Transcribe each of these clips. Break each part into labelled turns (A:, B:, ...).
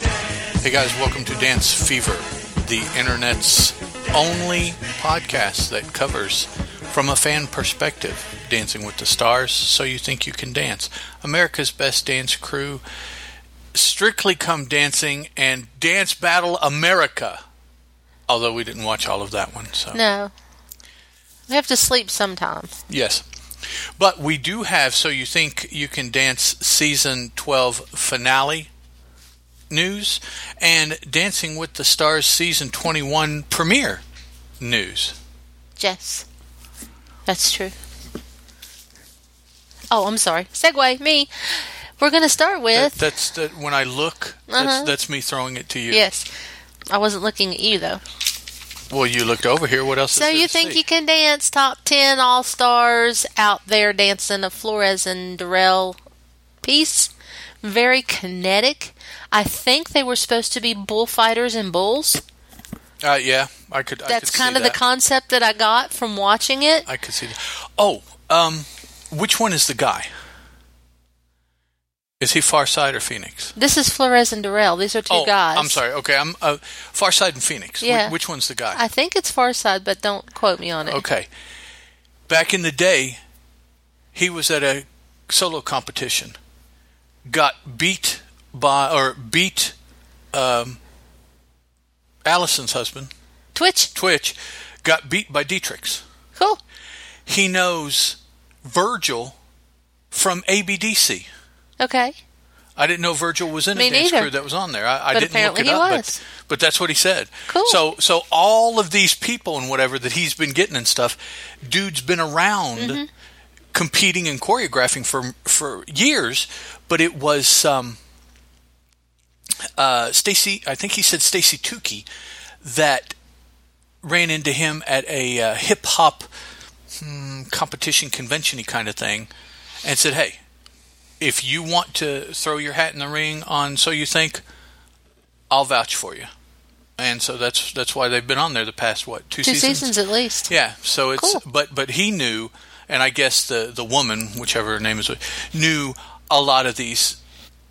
A: Hey guys, welcome to Dance Fever, the internet's only podcast that covers, from a fan perspective, Dancing with the Stars, So You Think You Can Dance, America's Best Dance Crew, Strictly Come Dancing, and Dance Battle America. Although we didn't watch all of that one, so.
B: No. We have to sleep sometime.
A: Yes. But we do have So You Think You Can Dance season 12 finale news and Dancing with the Stars season 21 premiere news.
B: Jess. That's true. Oh, I'm sorry. Segway, me. We're going to start
A: That,
B: with.
A: that's the, when I look,
B: Uh-huh.
A: that's, that's me throwing it to you.
B: Yes. I wasn't looking at you, though.
A: Well, you looked over here. What else
B: So
A: is there
B: you
A: to
B: think
A: see?
B: you can dance top 10 all stars out there dancing a Flores and Durrell piece? Very kinetic. I think they were supposed to be bullfighters and bulls.
A: Uh, yeah, I could. I
B: That's
A: could
B: kind
A: see
B: of
A: that.
B: the concept that I got from watching it.
A: I could see that. Oh, um, which one is the guy? Is he Farside or Phoenix?
B: This is Flores and Durrell. These are two
A: Oh,
B: guys.
A: I'm sorry. Okay, I'm uh, Farside and Phoenix. Wh-
B: Yeah.
A: which one's the guy?
B: I think it's Farside, but don't quote me on it.
A: Okay. Back in the day, he was at a solo competition, got beat by or beat um, Allison's husband,
B: Twitch,
A: Twitch, got beat by Dietrich's.
B: cool.
A: He knows Virgil from ABDC.
B: Okay.
A: I didn't know Virgil was in
B: Me
A: a dance
B: neither.
A: crew that was on there. I, I
B: But
A: didn't
B: apparently
A: look it
B: he
A: up,
B: was.
A: But, but that's what he said.
B: Cool.
A: So so all of these people and whatever that he's been getting and stuff, dude's been around
B: Mm-hmm.
A: competing and choreographing for for years, but it was um, uh, Stacy. I think he said Stacy Tukey that ran into him at a uh, hip hop hmm, competition convention kind of thing, and said, "Hey, if you want to throw your hat in the ring on so you think i'll vouch for you and so that's that's why they've been on there the past what two,
B: Two seasons at least.
A: yeah so it's
B: Cool.
A: but but he knew and i guess the the woman whichever her name is knew a lot of these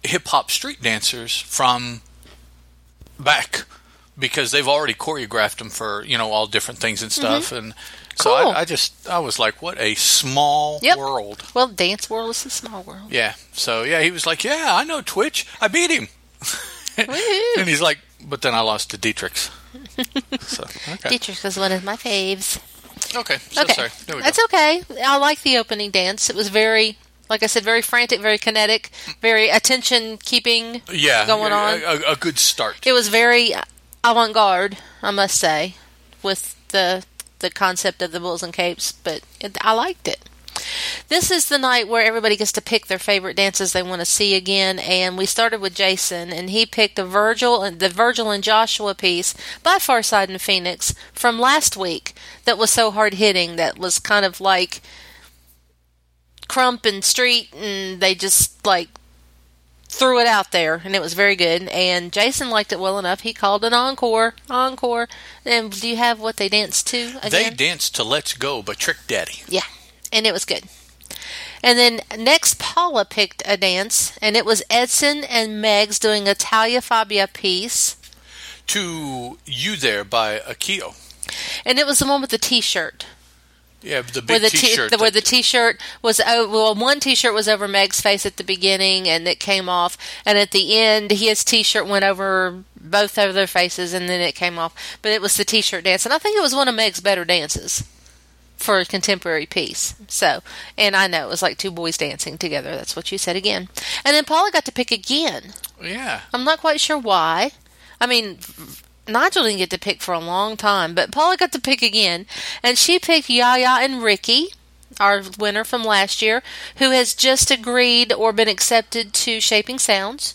A: hip-hop street dancers from back because they've already choreographed them for you know all different things and stuff and so
B: Mm-hmm. Cool.
A: I, I just i was like what a small
B: Yep.
A: world
B: Well, dance world is a small world.
A: yeah. So yeah, he was like, "Yeah, I know Twitch. I beat him."
B: Woohoo.
A: And he's like, "But then I lost to Dietrich's." so okay,
B: Dietrich was one of my faves.
A: okay, so
B: okay.
A: sorry. There we go.
B: That's okay. I like the opening dance. It was very, like I said, very frantic, very kinetic, very attention keeping.
A: yeah,
B: going
A: a-
B: on.
A: a, a good start.
B: It was very avant garde, I must say, with the the concept of the bulls and capes. But it, I liked it. This is the night where everybody gets to pick their favorite dances they want to see again, and we started with Jason, and he picked a Virgil and the Virgil and Joshua piece by Farside and Phoenix from last week that was so hard hitting that was kind of like crump and street, and they just like threw it out there, and it was very good. And Jason liked it well enough; he called an encore, encore. And do you have what they danced to again?
A: They danced to "Let's Go" by Trick Daddy.
B: Yeah, and it was good. And then next, Paula picked a dance, and it was Edson and Megs doing a Talia Fabia piece,
A: To "You There" by Akio.
B: and it was the one with the T-shirt,
A: Yeah, the big
B: where the
A: T-shirt.
B: the, where the
A: that-
B: T-shirt was oh well, one T-shirt was over Meg's face at the beginning, and it came off, and at the end, his T-shirt went over both of their faces, and then it came off. But it was the T-shirt dance, and I think it was one of Meg's better dances. for a contemporary piece. So, and I know it was like two boys dancing together. That's what you said again. And then Paula got to pick again.
A: yeah,
B: I'm not quite sure why. I mean, Nigel didn't get to pick for a long time, but Paula got to pick again. And she picked Yaya and Ricky, our winner from last year, who has just agreed or been accepted to Shaping Sounds.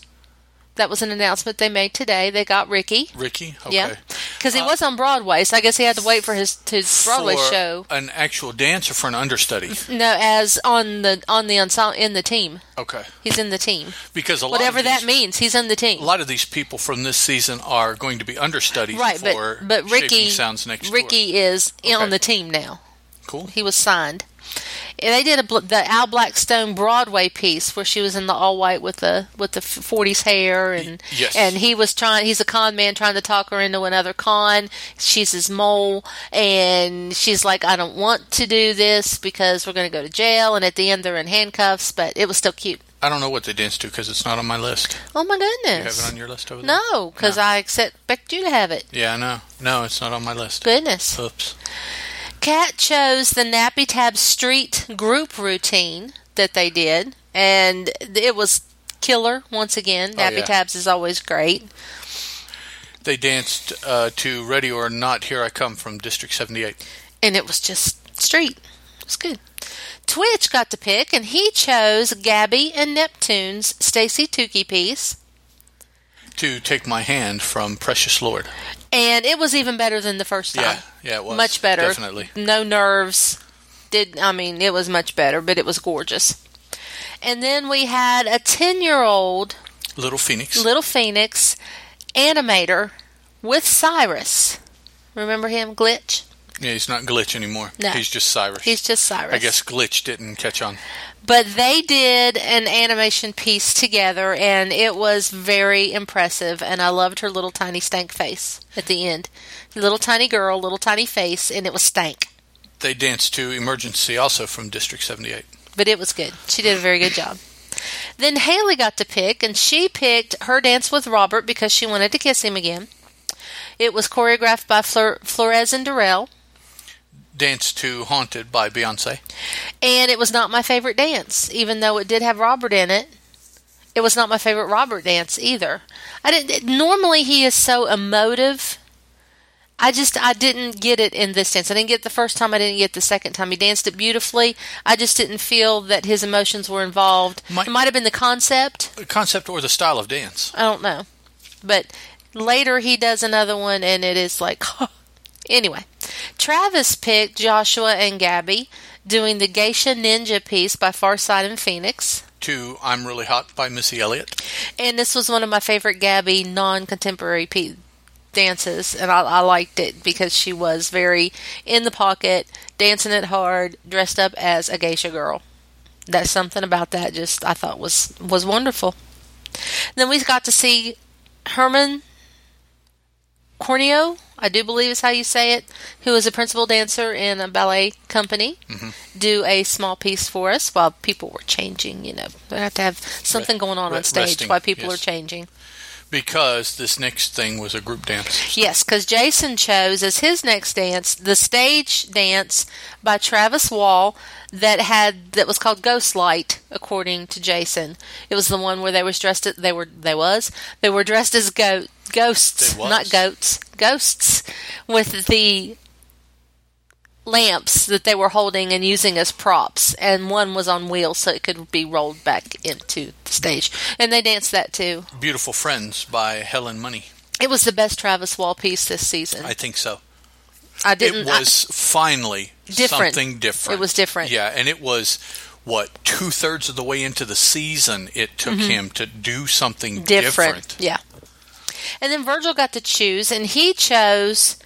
B: That was an announcement they made today. They got Ricky.
A: Ricky. Okay. Uh,
B: Yeah. Because he was on Broadway, so I guess he had to wait for his, his Broadway
A: for
B: show.
A: an actual dancer for an understudy.
B: No, as on the on the ensemble in the team.
A: Okay,
B: He's in the team.
A: because a lot
B: Whatever
A: of these,
B: that means, he's in the
A: A
B: team.
A: lot of these people from this season are going to be understudies
B: Right,
A: for
B: but but
A: Shaking
B: Ricky
A: Sounds next tour.
B: Ricky is in
A: Okay.
B: on the team now.
A: Cool.
B: He was signed. they did a bl- the Al Blackstone Broadway piece where she was in the all white with the with the forties hair and
A: yes.
B: and he was trying he's a con man trying to talk her into another con. She's his mole and she's like I don't want to do this because we're going to go to jail and at the end they're in handcuffs but it was still cute.
A: I don't know what they dance to because it's not on my list.
B: Oh my
A: You have it
B: goodness.
A: on your list over there?
B: No, cuz I expect you to have it.
A: Yeah, I know. No, it's not on my list.
B: Goodness.
A: Oops.
B: Cat chose the Nappy Tab Street group routine that they did, and it was killer once again. Nappy
A: Oh, yeah.
B: Tabs is always great.
A: They danced uh, to Ready or Not, Here I Come from District 78.
B: and it was just street. It was good. Twitch got to pick, and he chose Gabby and Neptune's Stacy Tukey piece,
A: To Take My Hand from Precious Lord.
B: and it was even better than the first time.
A: Yeah, yeah, it was.
B: much better.
A: Definitely.
B: No nerves. Did I mean it was much better, but it was gorgeous. And then we had a ten-year-old
A: Little Phoenix.
B: Little Phoenix animator with Cyrus. Remember him, Glitch?
A: yeah, he's not Glitch anymore.
B: No.
A: He's just Cyrus.
B: He's just Cyrus.
A: I guess Glitch didn't catch on.
B: But they did an animation piece together, and it was very impressive. And I loved her little tiny stank face at the end. Little tiny girl, little tiny face, and it was stank.
A: They danced to Emergency also from District 78.
B: But it was good. She did a very good job. Then Haley got to pick, and she picked her dance with Robert because she wanted to kiss him again. It was choreographed by Fleur- Flores and Durrell,
A: Danced to Haunted by Beyonce.
B: and it was not my favorite dance, even though it did have Robert in it. It was not my favorite Robert dance either. I didn't. it- Normally, he is so emotive. I just I didn't get it in this dance. I didn't get it the first time. I didn't get it the second time. He danced it beautifully. I just didn't feel that his emotions were involved.
A: Might-
B: it might have been the concept.
A: The concept or the style of dance.
B: I don't know. But later he does another one and it is like anyway. Travis picked Joshua and Gabby doing the Geisha Ninja piece by Farside and Phoenix.
A: To I'm Really Hot by Missy Elliott.
B: And this was one of my favorite Gabby non contemporary pe- dances and I, I liked it because she was very in the pocket, dancing it hard, dressed up as a geisha girl. That's something about that just I thought was was wonderful. Then we got to see Herman Corneo, I do believe is how you say it, who is a principal dancer in a ballet company,
A: Mm-hmm.
B: do a small piece for us while people were changing. You know, we have to have something going on on
A: re-
B: stage
A: resting,
B: while people
A: yes.
B: are changing.
A: Because this next thing was a group dance.
B: Yes, because Jason chose as his next dance the stage dance by Travis Wall that had that was called Ghostlight, according to Jason. It was the one where they was dressed. As, they were they was they were dressed as goat ghosts,
A: They was.
B: not goats, ghosts with the lamps that they were holding and using as props and one was on wheels so it could be rolled back into the stage and they danced that too
A: Beautiful Friends by Helen Money.
B: it was the best travis wall piece this season
A: I think so.
B: I didn't.
A: it was finally
B: Different.
A: something different.
B: It was different.
A: Yeah, and it was what two thirds of the way into the season it took him to do something
B: I, Mm-hmm. different. Yeah. And then Virgil got to choose, and he chose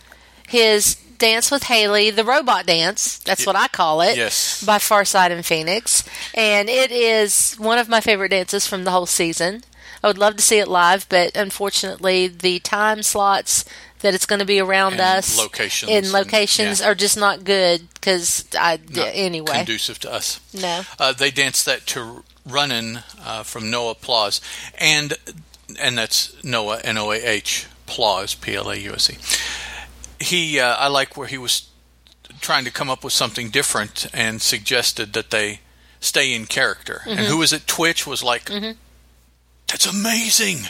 B: his dance with Haley, the robot dance. That's what I call it.
A: Yes.
B: By Farside and Phoenix, and it is one of my favorite dances from the whole season. I would love to see it live, but unfortunately, the time slots that it's going to be around
A: And
B: us
A: locations
B: in
A: and-
B: locations
A: yeah.
B: are just not good because I
A: Not
B: anyway
A: conducive to us.
B: no
A: Uh, they danced that to "Runnin'" uh, from Noah Plaws, and and that's Noah N O A H Plaws P L A U S E. He, uh, I like where he was trying to come up with something different and suggested that they stay in character. And who was it? Twitch was like, "That's amazing."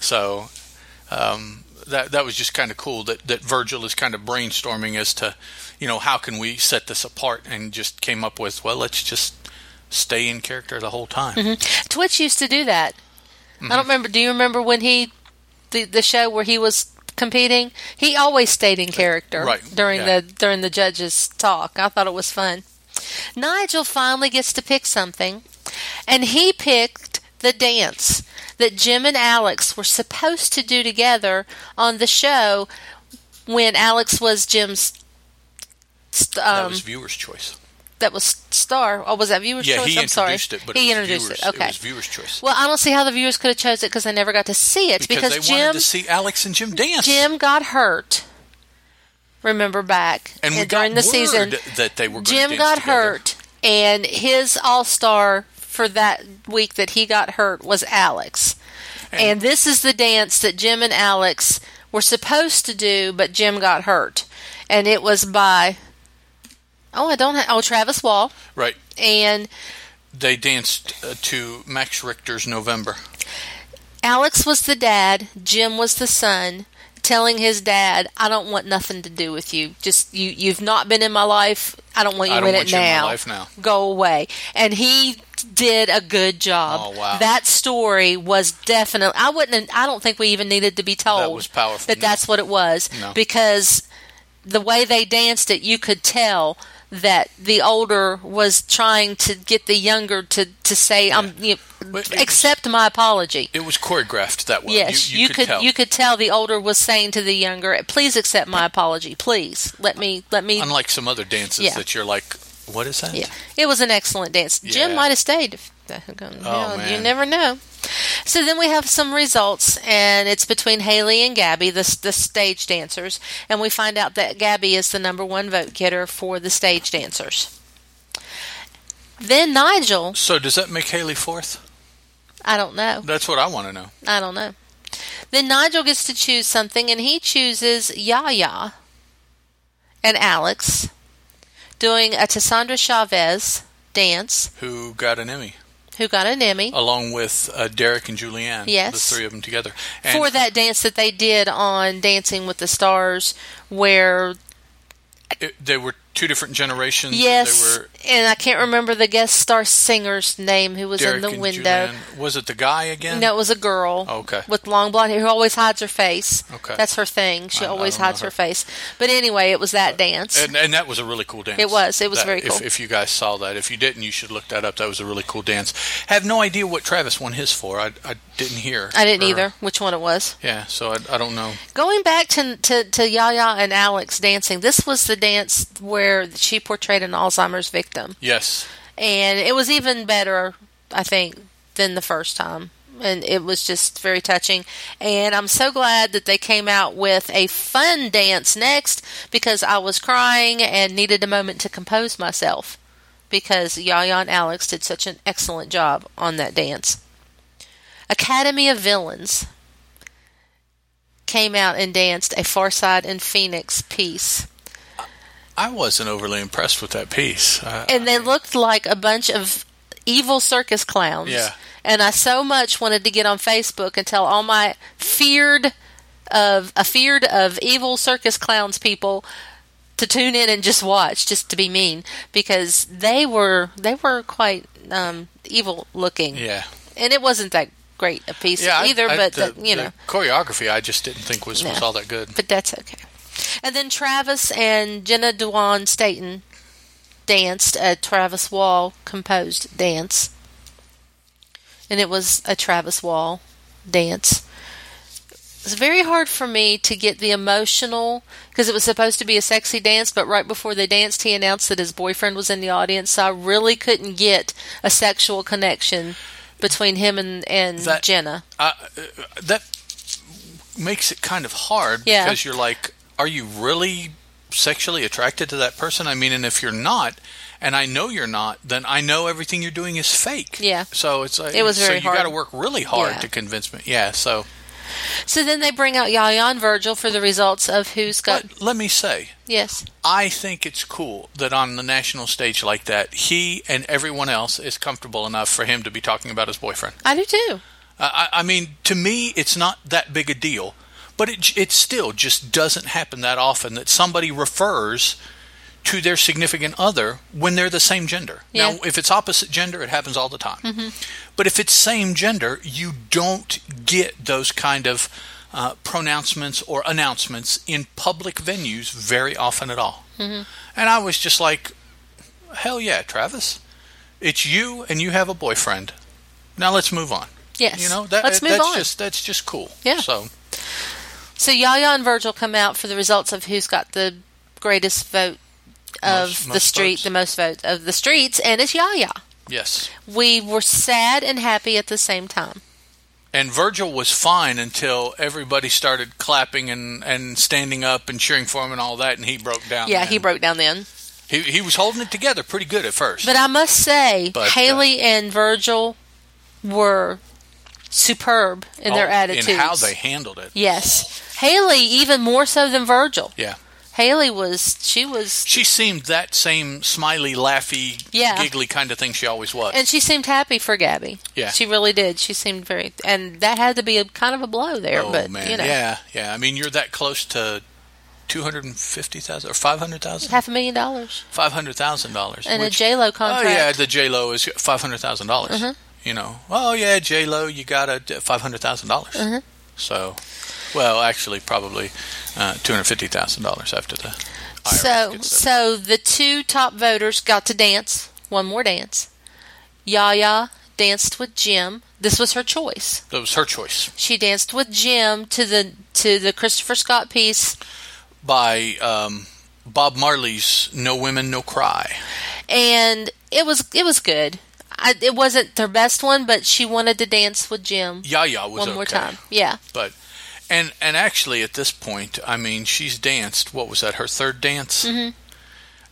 A: So. Um, that, that was just kind of cool that, that Virgil is kind of brainstorming as to, you know, how can we set this apart and just came up with, well, let's just stay in character the whole time.
B: Mm-hmm. Twitch used to do that. I
A: Mm-hmm.
B: don't remember. Do you remember when he, the the show where he was competing? He always stayed in character
A: Uh, Right,
B: during
A: yeah.
B: the during the judges' talk. I thought it was fun. Nigel finally gets to pick something, and he picked the dance that Jim and Alex were supposed to do together on the show when Alex was Jim's. st-
A: That
B: Um,
A: was viewer's choice.
B: that was Star. Or was that Viewer's
A: Yeah,
B: Choice?
A: he
B: I'm sorry.
A: introduced it, but
B: he
A: it was
B: introduced
A: viewers,
B: it. Okay.
A: It was viewers' choice
B: well, I don't see how the viewers could have chose it because they never got to see it
A: because,
B: because,
A: they
B: Jim
A: wanted to see Alex and Jim dance.
B: Jim got hurt. Remember back
A: and we
B: during
A: got
B: the
A: word
B: season,
A: that they were gonna
B: Jim
A: dance
B: got
A: together.
B: hurt, and his All Star for that week that he got hurt was Alex. And, this is the dance that Jim and Alex were supposed to do, but Jim got hurt, and it was by oh I don't ha- oh Travis Wall
A: Right.
B: and
A: They danced uh, to Max Richter's November.
B: Alex was the dad, Jim was the son, telling his dad, "I don't want nothing to do with you. Just you you've not been in my life. I don't want you
A: I don't
B: in
A: want
B: it
A: you in my
B: now.
A: life now."
B: Go away." And he did a good job.
A: Oh, wow.
B: That story was definitely I wouldn't I don't think we even needed to be told
A: was powerful.
B: that
A: No.
B: that's what it was
A: No.
B: because the way they danced it, you could tell that the older was trying to get the younger to to say, "I'm you know,
A: But it was-
B: accept my apology."
A: It was choreographed that well.
B: Yes,
A: you, you, could, tell.
B: you could tell the older was saying to the younger, "Please accept my apology. Please let me let me."
A: Unlike some other dances
B: Yeah.
A: that you're like, what is that?
B: yeah, it was an excellent dance.
A: Yeah. Oh,
B: Jim might have stayed. If, Hell, you
A: man.
B: never know. So then we have some results, and it's between Haley and Gabby, the s- the stage dancers, and we find out that Gabby is the number one vote getter for the stage dancers. Then Nigel,
A: So does that make Haley fourth?
B: I don't know.
A: That's what I want to know.
B: I don't know. Then Nigel gets to choose something, and he chooses Yaya and Alex doing a Tassandra Chavez dance,
A: Who got an Emmy
B: who got an Emmy
A: along with uh, Derek and Julianne?
B: Yes.
A: the three of them together. And
B: for that dance that they did on Dancing with the Stars, where,
A: it- they were two different generations.
B: yes,
A: they were
B: and I can't remember the guest star singer's name who was
A: Derek
B: in the
A: and
B: window.
A: Julianne. Was it the guy again?
B: No, it was a girl.
A: Okay.
B: With long blonde hair who always hides her face.
A: Okay.
B: That's her thing. She
A: I- I
B: always
A: don't know
B: hides her.
A: her.
B: face. But anyway, it was that dance.
A: And, and that was a really cool dance.
B: It was. It was
A: That-
B: very cool.
A: If, if you guys saw that, if you didn't, you should look that up. That was a really cool dance. Have no idea what Travis won his for. I, I didn't hear.
B: I didn't
A: or-
B: either which one it was.
A: Yeah, so I, I don't know.
B: Going back to, to to Yaya and Alex dancing, this was the dance where she portrayed an Alzheimer's victim,
A: Yes,
B: and it was even better, I think, than the first time. And it was just very touching. And I'm so glad that they came out with a fun dance next because I was crying and needed a moment to compose myself because Yaya and Alex did such an excellent job on that dance. Academy of Villains came out and danced a Farside and Phoenix piece.
A: I wasn't overly impressed with that piece. I,
B: And they looked like a bunch of evil circus clowns.
A: Yeah.
B: And I so much wanted to get on Facebook and tell all my feared of a feared of evil circus clowns people to tune in and just watch, just to be mean, because they were they were quite um, evil looking.
A: yeah,
B: And it wasn't that great a piece
A: yeah. I-
B: either,
A: I-
B: but
A: the,
B: the- you
A: the
B: know
A: choreography, I just didn't think was, was
B: No.
A: all that good.
B: but that's okay. And then Travis and Jenna Dewan Staten danced a Travis Wall composed dance. And it was a Travis Wall dance. It's very hard for me to get the emotional because it was supposed to be a sexy dance, but right before they danced, he announced that his boyfriend was in the audience, so I really couldn't get a sexual connection between him and, and
A: That-
B: Jenna.
A: I, uh, that makes it kind of hard
B: Yeah.
A: because you're like, are you really sexually attracted to that person? I mean, and if you're not, and I know you're not, then I know everything you're doing is fake.
B: Yeah.
A: So it's like,
B: It was very
A: so you got to
B: hard.
A: work really hard
B: Yeah.
A: to convince me. Yeah. So
B: So then they bring out Yaya and Virgil for the results of who's got
A: but let me say,
B: Yes.
A: I think it's cool that on the national stage like that, he and everyone else is comfortable enough for him to be talking about his boyfriend.
B: I do too.
A: I, I I mean, to me, it's not that big a deal, but it j- it still just doesn't happen that often that somebody refers to their significant other when they're the same gender.
B: Yeah.
A: Now, if it's opposite gender, it happens all the time. But if it's same gender, you don't get those kind of uh, pronouncements or announcements in public venues very often at all. And I was just like, hell yeah, Travis. It's you and you have a boyfriend. Now let's move on.
B: Yes.
A: You know, that, uh,
B: Let's move
A: that's
B: on.
A: just that's just cool.
B: Yeah.
A: So
B: So Yaya and Virgil come out for the results of who's got the greatest vote of
A: Most-
B: the
A: most
B: street,
A: votes.
B: the most votes of the streets, and it's Yaya.
A: Yes.
B: We were sad and happy at the same time.
A: And Virgil was fine until everybody started clapping and, and standing up and cheering for him and all that, and he broke down.
B: Yeah,
A: then.
B: he broke down then.
A: He, he was holding it together pretty good at first.
B: But I must say,
A: But, uh,
B: Haley and Virgil were superb in their
A: All-
B: attitudes.
A: Oh, In how they handled it.
B: Yes. Haley even more so than Virgil.
A: Yeah.
B: Haley was she was
A: She seemed that same smiley, laughy,
B: Yeah.
A: giggly kind of thing she always was.
B: and she seemed happy for Gabby.
A: Yeah.
B: She really did. She seemed very and that had to be a kind of a blow there,
A: oh,
B: but
A: man.
B: you know.
A: Yeah, yeah. I mean, you're that close to 250000 or 500000
B: Half a million dollars
A: $500,000.
B: and
A: which-
B: a J Lo
A: Oh
B: contract. Mm-hmm.
A: yeah, the J Lo is five hundred dollars. You know, oh yeah, J Lo, you got a five hundred
B: Mm-hmm.
A: dollars. So, well, actually, probably uh, two hundred fifty thousand dollars after the. IRS
B: so
A: gets it.
B: so the two top voters got to dance one more dance. Yaya danced with Jim. This was her choice.
A: that was her choice
B: She danced with Jim to the to the Christopher Scott piece,
A: by um, Bob Marley's "No Women, No Cry."
B: and it was it was good. I, it wasn't their best one, but she wanted to dance with Jim
A: Yaya was
B: one more
A: okay,
B: time. Yeah,
A: but and and actually at this point, I mean, she's danced. What was that? Her third dance. Mm-hmm.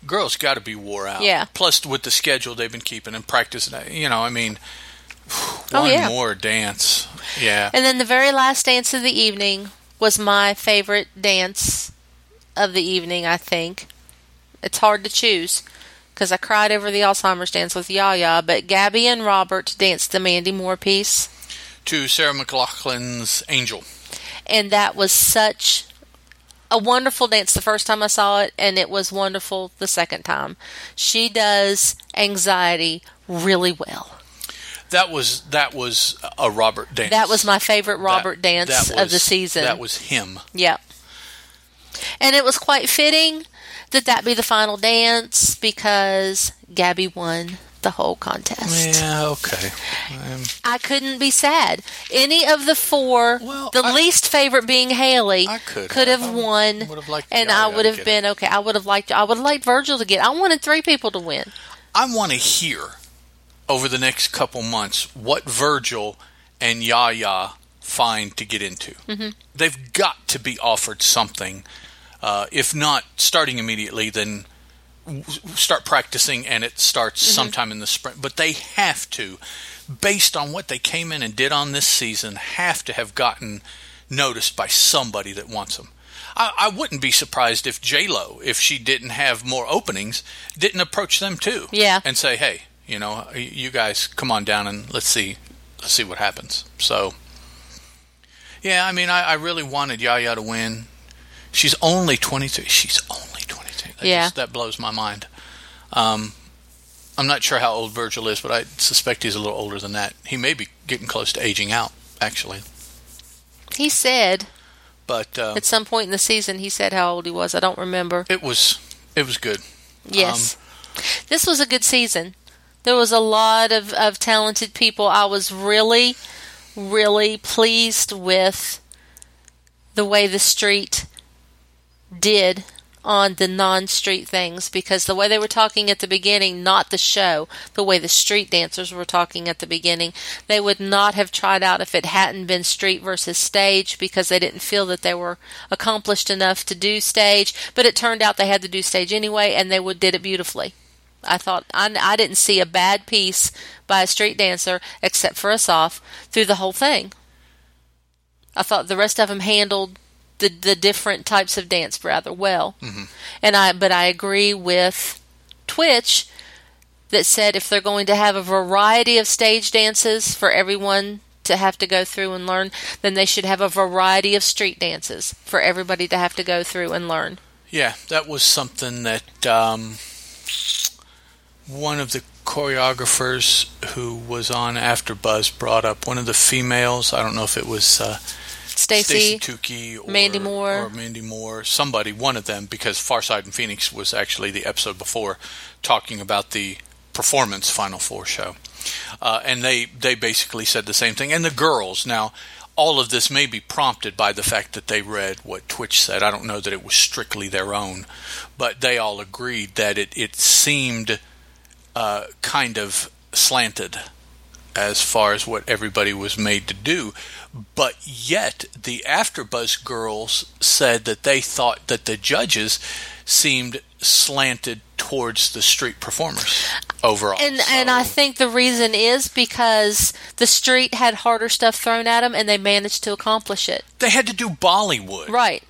A: Girls got to be wore out.
B: Yeah.
A: Plus, with the schedule they've been keeping and practicing, uh, you know, I mean,
B: Oh,
A: one
B: yeah.
A: more dance. Yeah.
B: and then the very last dance of the evening was my favorite dance of the evening. I think it's hard to choose because I cried over the Alzheimer's dance with Yaya, but Gabby and Robert danced the Mandy Moore piece,
A: to Sarah McLaughlin's Angel.
B: and that was such a wonderful dance the first time I saw it, and it was wonderful the second time. She does anxiety really well.
A: That was that was a Robert dance.
B: That was my favorite
A: That-
B: Robert dance
A: that
B: of the
A: was-
B: season.
A: That was him.
B: Yep. And it was quite fitting that that be the final dance because Gabby won the whole contest.
A: Yeah. Okay. Um,
B: I couldn't be sad. Any of the four,
A: Well,
B: the
A: I-
B: least favorite being Haley,
A: I could have.
B: have,
A: I would-
B: won,
A: would have liked
B: and
A: Yaya
B: I
A: to
B: would
A: get
B: have
A: it.
B: been okay. I would have liked. I would have liked Virgil to get. I wanted three people to win.
A: I want to hear over the next couple months what Virgil and Yaya find to get into. Mm-hmm. They've got to be offered something. Uh, if not starting immediately, then w- start practicing, and it starts sometime in the spring. But they have to, based on what they came in and did on this season, have to have gotten noticed by somebody that wants them. I, I wouldn't be surprised if J Lo, if she didn't have more openings, didn't approach them too,
B: Yeah.
A: and say, "Hey, you know, you guys come on down and let's see, let's see what happens." So, yeah, I mean, I, I really wanted Yaya to win. She's only 22. She's only 22. That
B: Yeah.
A: just- that blows my mind. Um, I'm not sure how old Virgil is, but I suspect he's a little older than that. He may be getting close to aging out, actually.
B: He said
A: But um,
B: at some point in the season, he said how old he was. I don't remember.
A: it was it was good.
B: Yes. this was a good season. There was a lot of, of talented people. I was really, really pleased with the way the street did on the non street things because the way they were talking at the beginning, not the show, the way the street dancers were talking at the beginning, they would not have tried out if it hadn't been street versus stage because they didn't feel that they were accomplished enough to do stage. But it turned out they had to do stage anyway and they would did it beautifully. I thought I, I didn't see a bad piece by a street dancer except for us off through the whole thing. I thought the rest of them handled the the different types of dance rather well. And I but I agree with Twitch that said if they're going to have a variety of stage dances for everyone to have to go through and learn, then they should have a variety of street dances for everybody to have to go through and learn.
A: Yeah, that was something that um, one of the choreographers who was on After Buzz brought up. One of the females, I don't know if it was uh,
B: Stacy,
A: Tucci or
B: Mandy Moore.
A: or Mandy Moore, somebody, one of them, because Farside and Phoenix was actually the episode before talking about the performance Final Four show, uh, and they they basically said the same thing. And the girls now. all of this may be prompted by the fact that they read what Twitch said. I don't know that it was strictly their own, but they all agreed that it, it seemed uh, kind of slanted as far as what everybody was made to do. But yet, the AfterBuzz girls said that they thought that the judges seemed slanted towards the street performers overall.
B: And and I think the reason is because the street had harder stuff thrown at them, and they managed to accomplish it.
A: they had to do Bollywood.
B: Right.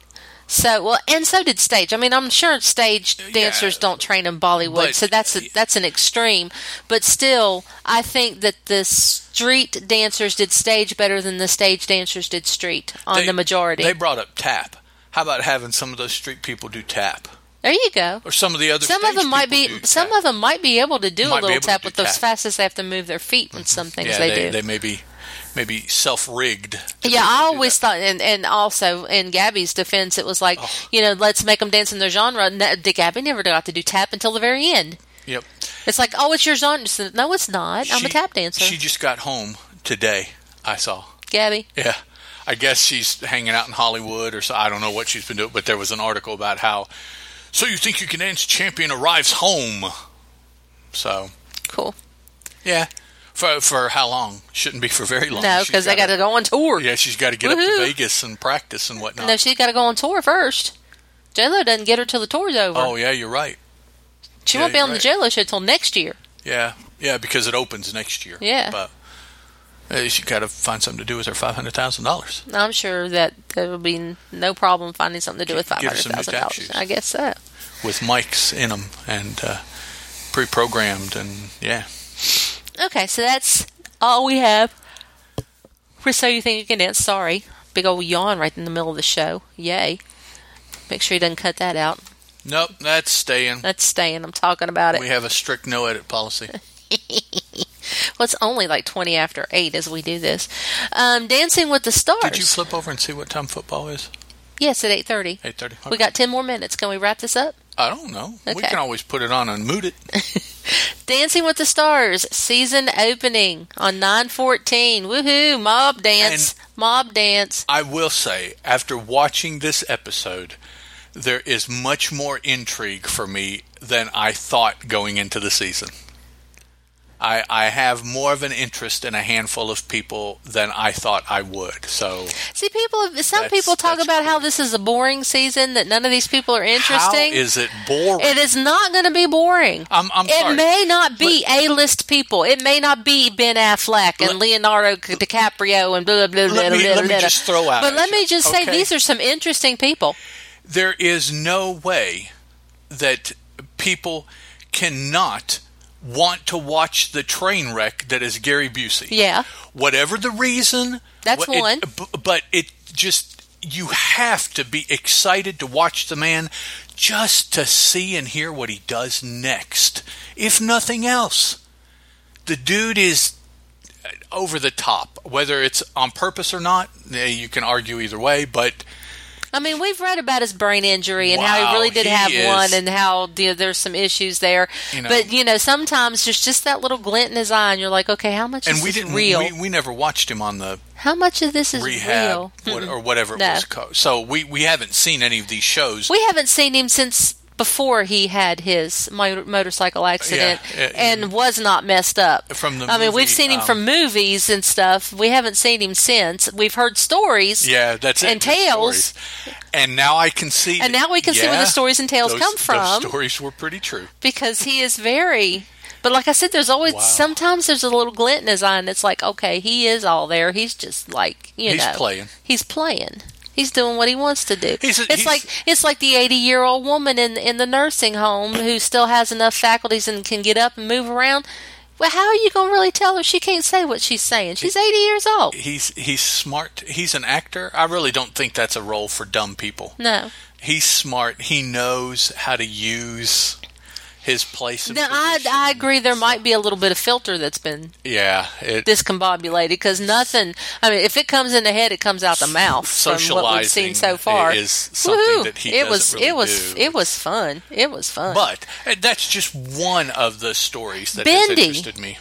B: So well, and so did stage. I mean, I'm sure stage dancers don't train in Bollywood,
A: But-
B: so that's a, that's an extreme. But still, I think that the street dancers did stage better than the stage dancers did street on
A: They-
B: the majority.
A: They brought up tap. How about having some of those street people do tap?
B: there you go.
A: Or some of the other
B: Some of
A: stage
B: them might
A: people
B: be
A: do
B: some
A: tap.
B: of them might be able to do
A: Might be
B: a little
A: able to
B: tap
A: do
B: with those
A: tap.
B: fast as they have to move their feet when some things
A: yeah,
B: they,
A: they,
B: do.
A: they may be maybe self rigged.
B: Yeah, I always thought, and, and also in Gabby's defense, it was like,
A: Oh.
B: you know, let's make them dance in their genre. No, D- Gabby never got to do tap until the very end.
A: Yep.
B: It's like, oh, it's your genre. She said, No, it's not. I'm
A: She-
B: a tap dancer.
A: She just got home today, I saw.
B: Gabby.
A: Yeah. I guess she's hanging out in Hollywood or so. I don't know what she's been doing, but there was an article about how. So you think you can dance champion arrives home. So,
B: Cool.
A: yeah. For for how long? Shouldn't be for very long.
B: No,
A: She's
B: because they got
A: gotta-
B: to go on tour.
A: Yeah, she's got to get up
B: Woohoo.
A: to Vegas and practice and whatnot.
B: No, she's got to go on tour first. JLo doesn't get her till the tour's over.
A: oh, yeah, you're right.
B: she
A: yeah,
B: won't be
A: you're
B: on
A: right.
B: the JLo show till next year.
A: Yeah, yeah, because it opens next year.
B: Yeah.
A: but uh, she got to find something to do with her five hundred thousand dollars.
B: I'm sure that there will be no problem finding something to do with five
A: Give her
B: hundred
A: some new
B: thousand
A: tap
B: dollars.
A: shoes.
B: I guess so.
A: with mics in them and uh, pre-programmed and yeah
B: Okay, so that's all we have for So You Think You Can Dance. Sorry. Big old yawn right in the middle of the show. Yay. Make sure he doesn't cut that out.
A: nope that's staying
B: That's staying. I'm talking about it.
A: we have a strict no edit policy
B: Well, it's only like 20 after 8 as we do this. Um, Dancing with the Stars.
A: did you flip over and see what time football is
B: yes, at 8.30.
A: 8.30
B: We got 10 more minutes. Can we wrap this up?
A: i don't know we
B: Okay.
A: can always put it on and moot it
B: Dancing with the Stars season opening on 914. Woohoo! Mob dance. Mob dance.
A: i will say after watching this episode there is much more intrigue for me than i thought going into the season I, I have more of an interest in a handful of people than I thought I would. So
B: See, people. have- Some
A: That's-
B: people talk
A: that's
B: about how
A: cool.
B: this is a boring season that none of these people are interesting.
A: How is it boring?
B: it is not going to be boring.
A: I'm- I'm
B: it
A: sorry.
B: may not be A-list people. It may not be Ben Affleck and
A: Let-
B: Leonardo DiCaprio and blah blah blah
A: Let
B: blah
A: me-
B: blah.
A: let me
B: blah.
A: just throw out
B: But
A: at
B: let
A: you.
B: me just say,
A: Okay.
B: these are some interesting people.
A: there is no way that people cannot want to watch the train wreck that is Gary Busey.
B: Yeah.
A: Whatever the reason.
B: That's
A: wha- it-
B: one.
A: b- but it just, you have to be excited to watch the man just to see and hear what he does next, if nothing else. The dude is uh, over the top, whether it's on purpose or not. eh, You can argue either way, but
B: I mean, we've read about his brain injury and how
A: Wow,
B: he really did
A: he
B: have
A: is-
B: one, and how you know, there's some issues there.
A: You know.
B: but you know, sometimes there's just that little glint in his eye, and you're like, okay, how much
A: and
B: is
A: we
B: this
A: didn't
B: real?
A: We, we never watched him on the
B: how much of this is
A: rehab
B: real? Hmm.
A: what, or whatever it
B: No.
A: was called. So we we haven't seen any of these shows.
B: We haven't seen him since before he had his mo- motorcycle accident
A: yeah, yeah.
B: and was not messed up.
A: From the
B: I mean, we've
A: movie,
B: seen him
A: um,
B: from movies and stuff. We haven't seen him since. We've heard stories.
A: yeah, that's it.
B: and
A: the
B: Tails.
A: stories. And now I can see.
B: And
A: that-
B: now we can see where the
A: yeah,
B: stories and Tails
A: those-
B: come from.
A: Those stories were pretty true.
B: because he is very but like I said, there's always
A: Wow.
B: sometimes there's a little glint in his eye, and it's like, okay, he is all there. He's just like you
A: He's
B: know,
A: playing.
B: He's playing. He's doing what he wants to do.
A: He's a-
B: it's
A: he's-
B: like it's like the 80 year old woman in in the nursing home who still has enough faculties and can get up and move around. Well, how are you going to really tell her she can't say what she's saying? She's 80 years old.
A: He's he's smart. He's an actor. I really don't think that's a role for dumb people.
B: No.
A: He's smart. He knows how to use his place. and
B: Now, I,
A: position.
B: I agree there might be a little bit of filter that's been
A: yeah. It,
B: discombobulated because nothing. I mean, if it comes in the head, it comes out the mouth. from what we've seen so
A: Socializing
B: far
A: is something that he
B: it was.
A: doesn't really
B: it was.
A: do.
B: It was fun. It was fun.
A: But uh, that's just one of the stories that has
B: Bendy.
A: interested me.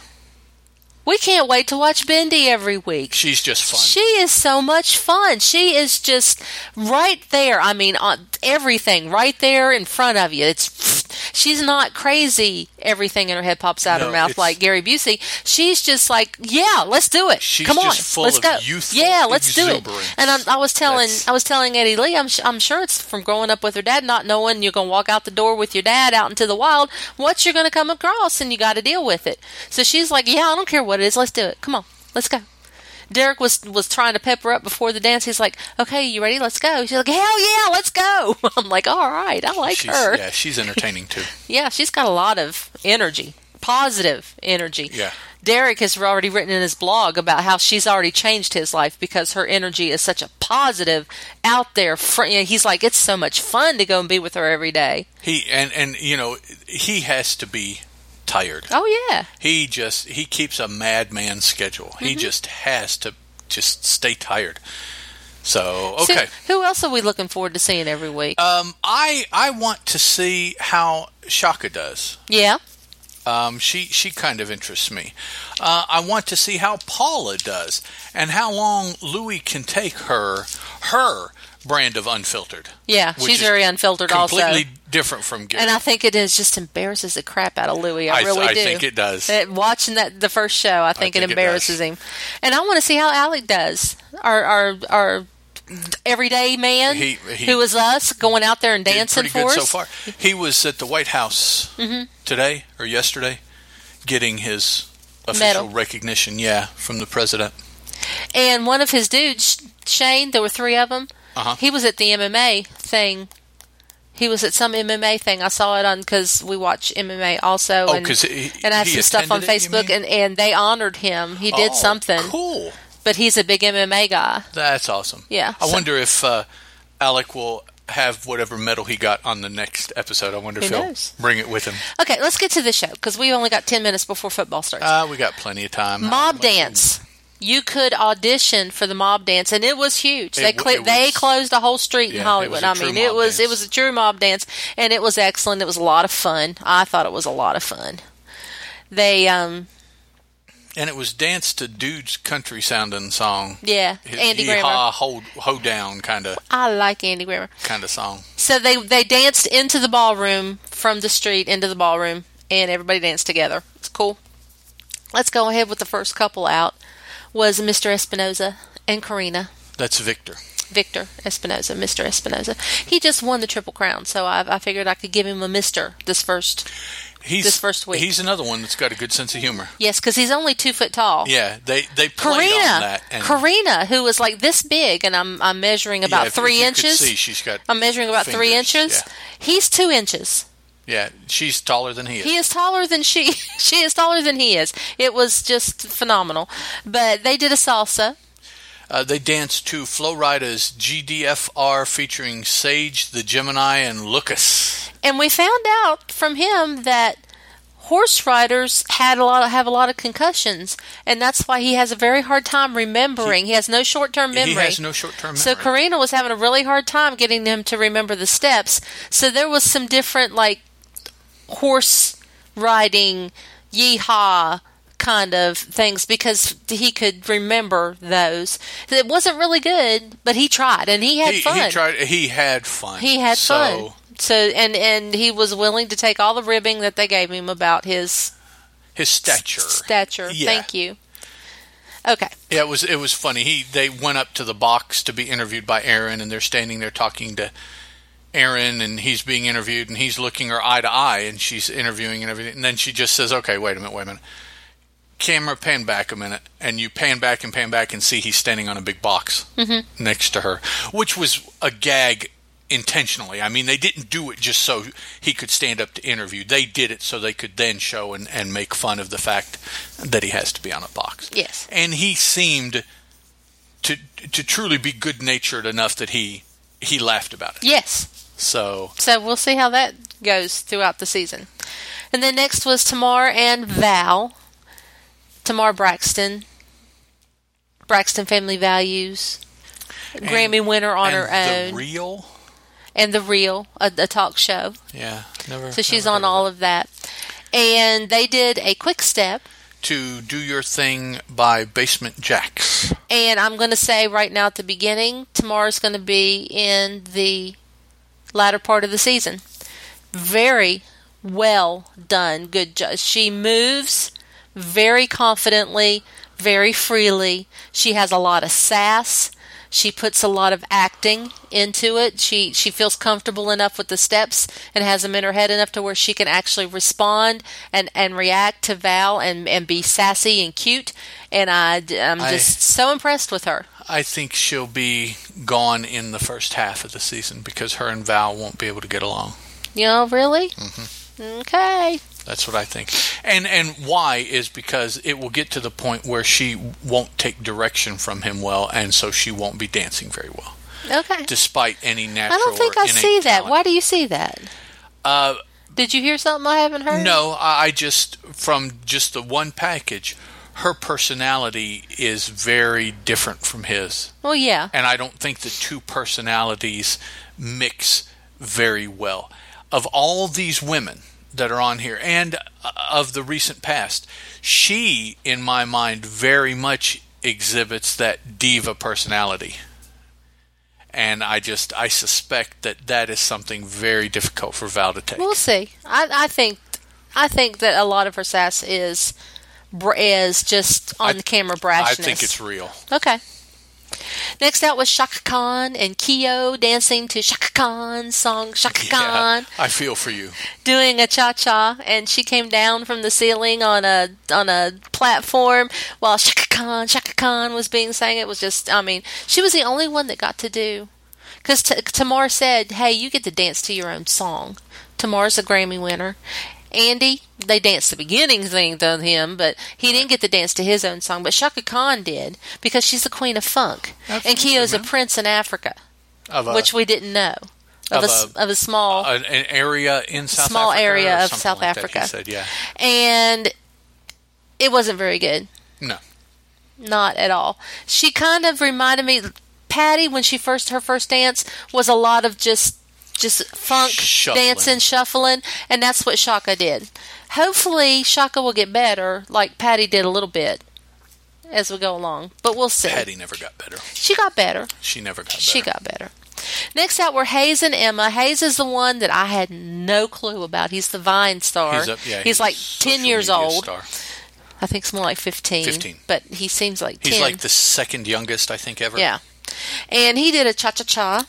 B: We can't wait to watch Bendy every week.
A: She's just fun.
B: She is so much fun. She is just right there. I mean, on everything right there in front of you. It's she's not crazy. Everything in her head pops out
A: No,
B: her mouth
A: it's-
B: like Gary Busey. She's just like, yeah, let's do it.
A: She's
B: Come on,
A: just full
B: let's
A: of
B: go.
A: youthful
B: yeah, let's do it.
A: exuberance.
B: And I, I was telling
A: That's-
B: I was telling Eddie Lee, I'm sh- I'm sure it's from growing up with her dad, not knowing you're gonna walk out the door with your dad out into the wild, what you're gonna come across, and you got to deal with it. So she's like, yeah, I don't care what it is, let's do it. Come on, let's go. Derek was was trying to pep her up before the dance. He's like, "Okay, you ready? Let's go." She's like, "Hell yeah, let's go!" I'm like, "All right, I like
A: she's,
B: her."
A: Yeah, she's entertaining too.
B: Yeah, she's got a lot of energy, positive energy.
A: Yeah.
B: Derek has already written in his blog about how she's already changed his life because her energy is such a positive, out there. Fr- you know, he's like, it's so much fun to go and be with her every day.
A: He and and you know he has to be tired.
B: Oh yeah,
A: He just he keeps a madman schedule. He
B: Mm-hmm.
A: just has to just stay tired. So
B: So
A: okay.
B: who else are we looking forward to seeing every week?
A: um, I I want to see how Shaka does.
B: yeah,
A: Um, she she kind of interests me. Uh, I want to see how Paula does and how long Louis can take her her brand of unfiltered.
B: yeah,
A: Which
B: she's
A: is
B: very unfiltered also,
A: completely different from Gary.
B: and I think it is just embarrasses the crap out of Louis.
A: I-
B: I, really
A: I
B: do.
A: think it does.
B: That- watching that the first show, I think,
A: think
B: it
A: it
B: embarrasses him, and I want to see how Alec does. Our our our everyday man
A: He- he-
B: who is us going out there and
A: did
B: dancing
A: pretty
B: for
A: good
B: us. Mm-hmm.
A: so far. He was at the White House today or yesterday, getting his official
B: Medal.
A: recognition. Yeah, from the president.
B: And one of his dudes, Shane, there were three of them.
A: Uh-huh.
B: He was at the MMA thing. He was at some MMA thing. I saw it on because we watch MMA also.
A: Oh,
B: and-
A: 'cause he-
B: and I had
A: he
B: some stuff on
A: attended it, you
B: Facebook,
A: mean?
B: and, and they honored him. He did
A: Oh,
B: something,
A: Cool.
B: but he's a big MMA guy.
A: That's awesome.
B: Yeah,
A: I
B: so-
A: wonder if uh, Alec will have whatever medal he got on the next episode. I wonder
B: Who
A: if he'll
B: knows?
A: bring it with him.
B: Okay, let's get to the show because we only got 10 minutes before football starts.
A: Uh, we got plenty of time.
B: mob dance. You could audition for the mob dance, and it was huge.
A: It
B: they
A: w-
B: cle-
A: it
B: they
A: was-
B: closed a whole street
A: Yeah,
B: in
A: it
B: Hollywood.
A: was a
B: I
A: true
B: mean, it
A: mob
B: was it
A: dance.
B: was a true mob dance, and it was excellent. It was a lot of fun. I thought it was a lot of fun. They um
A: And it was dance to dude's country sounding song.
B: yeah,
A: His
B: Andy
A: yeehaw,
B: Grammer.
A: hold ho down kind of
B: I like Andy Grammer.
A: kind of song.
B: So they they danced into the ballroom from the street into the ballroom, and everybody danced together. It's cool. Let's go ahead with the first couple out. Was Mr. Espinoza and Karina
A: That's Victor.
B: Victor Espinoza, Mr. Espinoza. He just won the triple crown, so I, I figured I could give him a Mister this first.
A: He's
B: This first week.
A: He's another one that's got a good sense of humor.
B: Yes, because he's only two foot tall.
A: Yeah, they they played
B: Karina,
A: on that. And
B: Karina, who was like this big, and I'm I'm measuring
A: yeah,
B: about
A: if- if
B: three
A: you could
B: inches. Um,
A: see, she's got.
B: I'm measuring about three
A: fingers,
B: inches. He's two inches.
A: Yeah, she's taller than he is.
B: He is taller than she. she is taller than he is. It was just phenomenal. But they did a salsa.
A: Uh, they danced to Flo Rida's GDFR featuring Sage the Gemini and Lucas.
B: and we found out from him that horse riders had a lot have a lot of concussions, and that's why he has a very hard time remembering. He, has no short term memory.
A: He has no short term memory.
B: so Karina was having a really hard time getting them to remember the steps. So there was some different like horse riding, yeehaw kind of things because he could remember those. It wasn't really good, but he tried and he had
A: he,
B: fun.
A: he tried. He had fun.
B: He had
A: so,
B: fun. So and and he was willing to take all the ribbing that they gave him about his
A: His stature.
B: stature.
A: Yeah.
B: Thank you. Okay.
A: Yeah, it was it was funny. He they went up to the box to be interviewed by Aaron, and they're standing there talking to Aaron, and he's being interviewed, and he's looking her eye to eye, and she's interviewing and everything, and then she just says, "Okay, wait a minute, wait a minute." Camera pan back a minute, and you pan back and pan back and see he's standing on a big box next to her, which was a gag intentionally. I mean, they didn't do it just so he could stand up to interview. They did it so they could then show and, and make fun of the fact that he has to be on a box
B: Yes.
A: and he seemed to to truly be good natured enough that he he laughed about it.
B: Yes.
A: So
B: So we'll see how that goes throughout the season. And then next was Tamar and Val. Tamar Braxton. Braxton Family Values. Grammy winner on
A: and
B: her own.
A: the real,
B: and The Real, a, a talk show.
A: yeah, never.
B: So she's on all of that. And they did a quick step.
A: to Do Your Thing by Basement Jacks.
B: And I'm going to say right now at the beginning, tomorrow's going to be in the latter part of the season. Very well done. Good job. She moves very confidently, very freely. She has a lot of sass. She puts a lot of acting into it. She she feels comfortable enough with the steps and has them in her head enough to where she can actually respond and, and react to Val and, and be sassy and cute. And I, I'm
A: I-
B: just so impressed with her.
A: I think she'll be gone in the first half of the season because her and Val won't be able to get along.
B: You know, really? Mm-hmm. Okay.
A: That's what I think. And and why is because it will get to the point where she won't take direction from him well and so she won't be dancing very well
B: Okay.
A: despite any natural
B: I don't think
A: or
B: I
A: innate
B: see that.
A: talent.
B: Why do you see that?
A: Uh,
B: Did you hear something I haven't heard?
A: No, I I just from just the one package, her personality is very different from his,
B: Well, yeah.
A: and I don't think the two personalities mix very well. Of all these women that are on here, and uh, of the recent past, she, in my mind, very much exhibits that diva personality. And I just I suspect that that is something very difficult for Val to take.
B: We'll see. I, I think I think that a lot of her sass is br- is just on the camera brashness.
A: I think it's real.
B: okay. Next out was Shaka Khan and Kyo dancing to Shaka Khan's song Shaka Khan,
A: I feel for you.
B: doing a cha cha, and she came down from the ceiling on a on a platform while Shaka Khan Shaka Khan was being sang. It was just, I mean, she was the only one that got to do. Because T- Tamar said, "Hey, you get to dance to your own song." Tamar's a Grammy winner. Andy, they danced the beginning thing to him, but he didn't get to dance to his own song. But Shaka Khan did because she's the queen of funk, and
A: Absolutely,
B: Keo's a
A: man.
B: prince in Africa,
A: Of a,
B: which we didn't know of,
A: of
B: a, s-
A: a-
B: of a small
A: an, an area in South
B: Small
A: Africa or
B: area of
A: something
B: South
A: like that, he
B: Africa.
A: said, yeah.
B: and it wasn't very good.
A: No.
B: Not at all. She kind of reminded me Patty when she first her first dance was a lot of just just funk
A: Shuffling.
B: dancing, shuffling, and that's what Shaka did. Hopefully Shaka will get better like Patty did a little bit as we go along. But we'll see.
A: Patty never got better.
B: She got better.
A: She never got better.
B: She got better. Next out were Hayes and Emma. Hayes is the one that I had no clue about. He's the Vine star.
A: He's, up, yeah,
B: like
A: a
B: ten
A: social
B: years
A: media
B: old.
A: Star.
B: I think it's more like 15.
A: 15.
B: But he seems like 10.
A: He's like the second youngest, I think, ever.
B: Yeah. And he did a cha cha cha.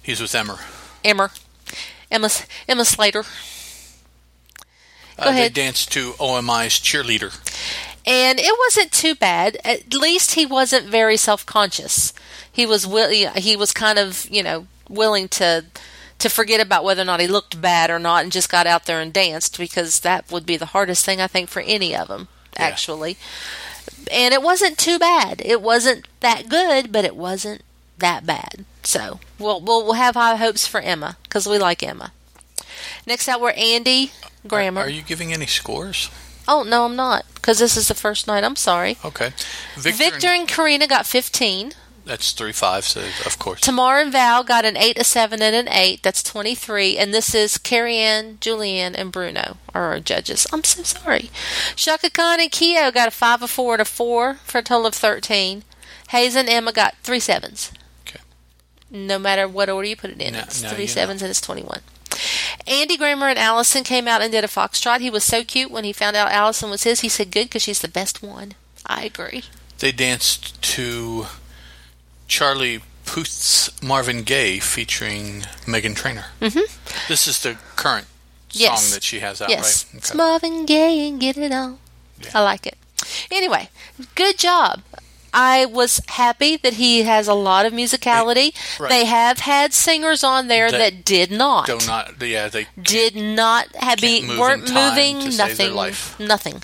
A: He's with Emmer.
B: Emma. Emma, Emma Slater.
A: Uh,
B: Go ahead.
A: They danced to OMI's cheerleader.
B: And it wasn't too bad. At least he wasn't very self conscious. He was willing, he was kind of, you know, willing to. To forget about whether or not he looked bad or not, and just got out there and danced because that would be the hardest thing I think for any of them,
A: Yeah.
B: actually. And it wasn't too bad. It wasn't that good, but it wasn't that bad. So we'll we'll, we'll have high hopes for Emma because we like Emma. Next out, we're Andy Grammar.
A: Are you giving any scores?
B: oh no, I'm not because this is the first night. I'm sorry.
A: Okay.
B: Victor, and, Karina got 15.
A: that's 3 5, so of course.
B: Tamar and Val got an 8, a 7, and an 8. That's 23. And this is Carrie Ann, Julianne, and Bruno are our judges. I'm so sorry. Shaka Khan and Keo got a 5, a 4, and a 4 for a total of 13. Hayes and Emma got three sevens.
A: Okay.
B: No matter what order you put it in,
A: No-
B: it's
A: no,
B: three
A: you know.
B: sevens and it's 21. Andy Grammer and Allison came out and did a foxtrot. He was so cute when he found out Allison was his. He said, Good, because she's the best one. I agree.
A: They danced to Charlie Puth's Marvin Gaye featuring Megan Trainor. Mm-hmm. This is the current
B: Yes.
A: song that she has out,
B: Yes.
A: right?
B: It's Marvin Gaye and get it on. I like it. Anyway, good job. I was happy that he has a lot of musicality.
A: Right.
B: They have had singers on there that,
A: That
B: did not,
A: Do not, yeah, they
B: did not have be
A: Can't move
B: weren't
A: in time
B: moving
A: to save their
B: nothing
A: life.
B: nothing.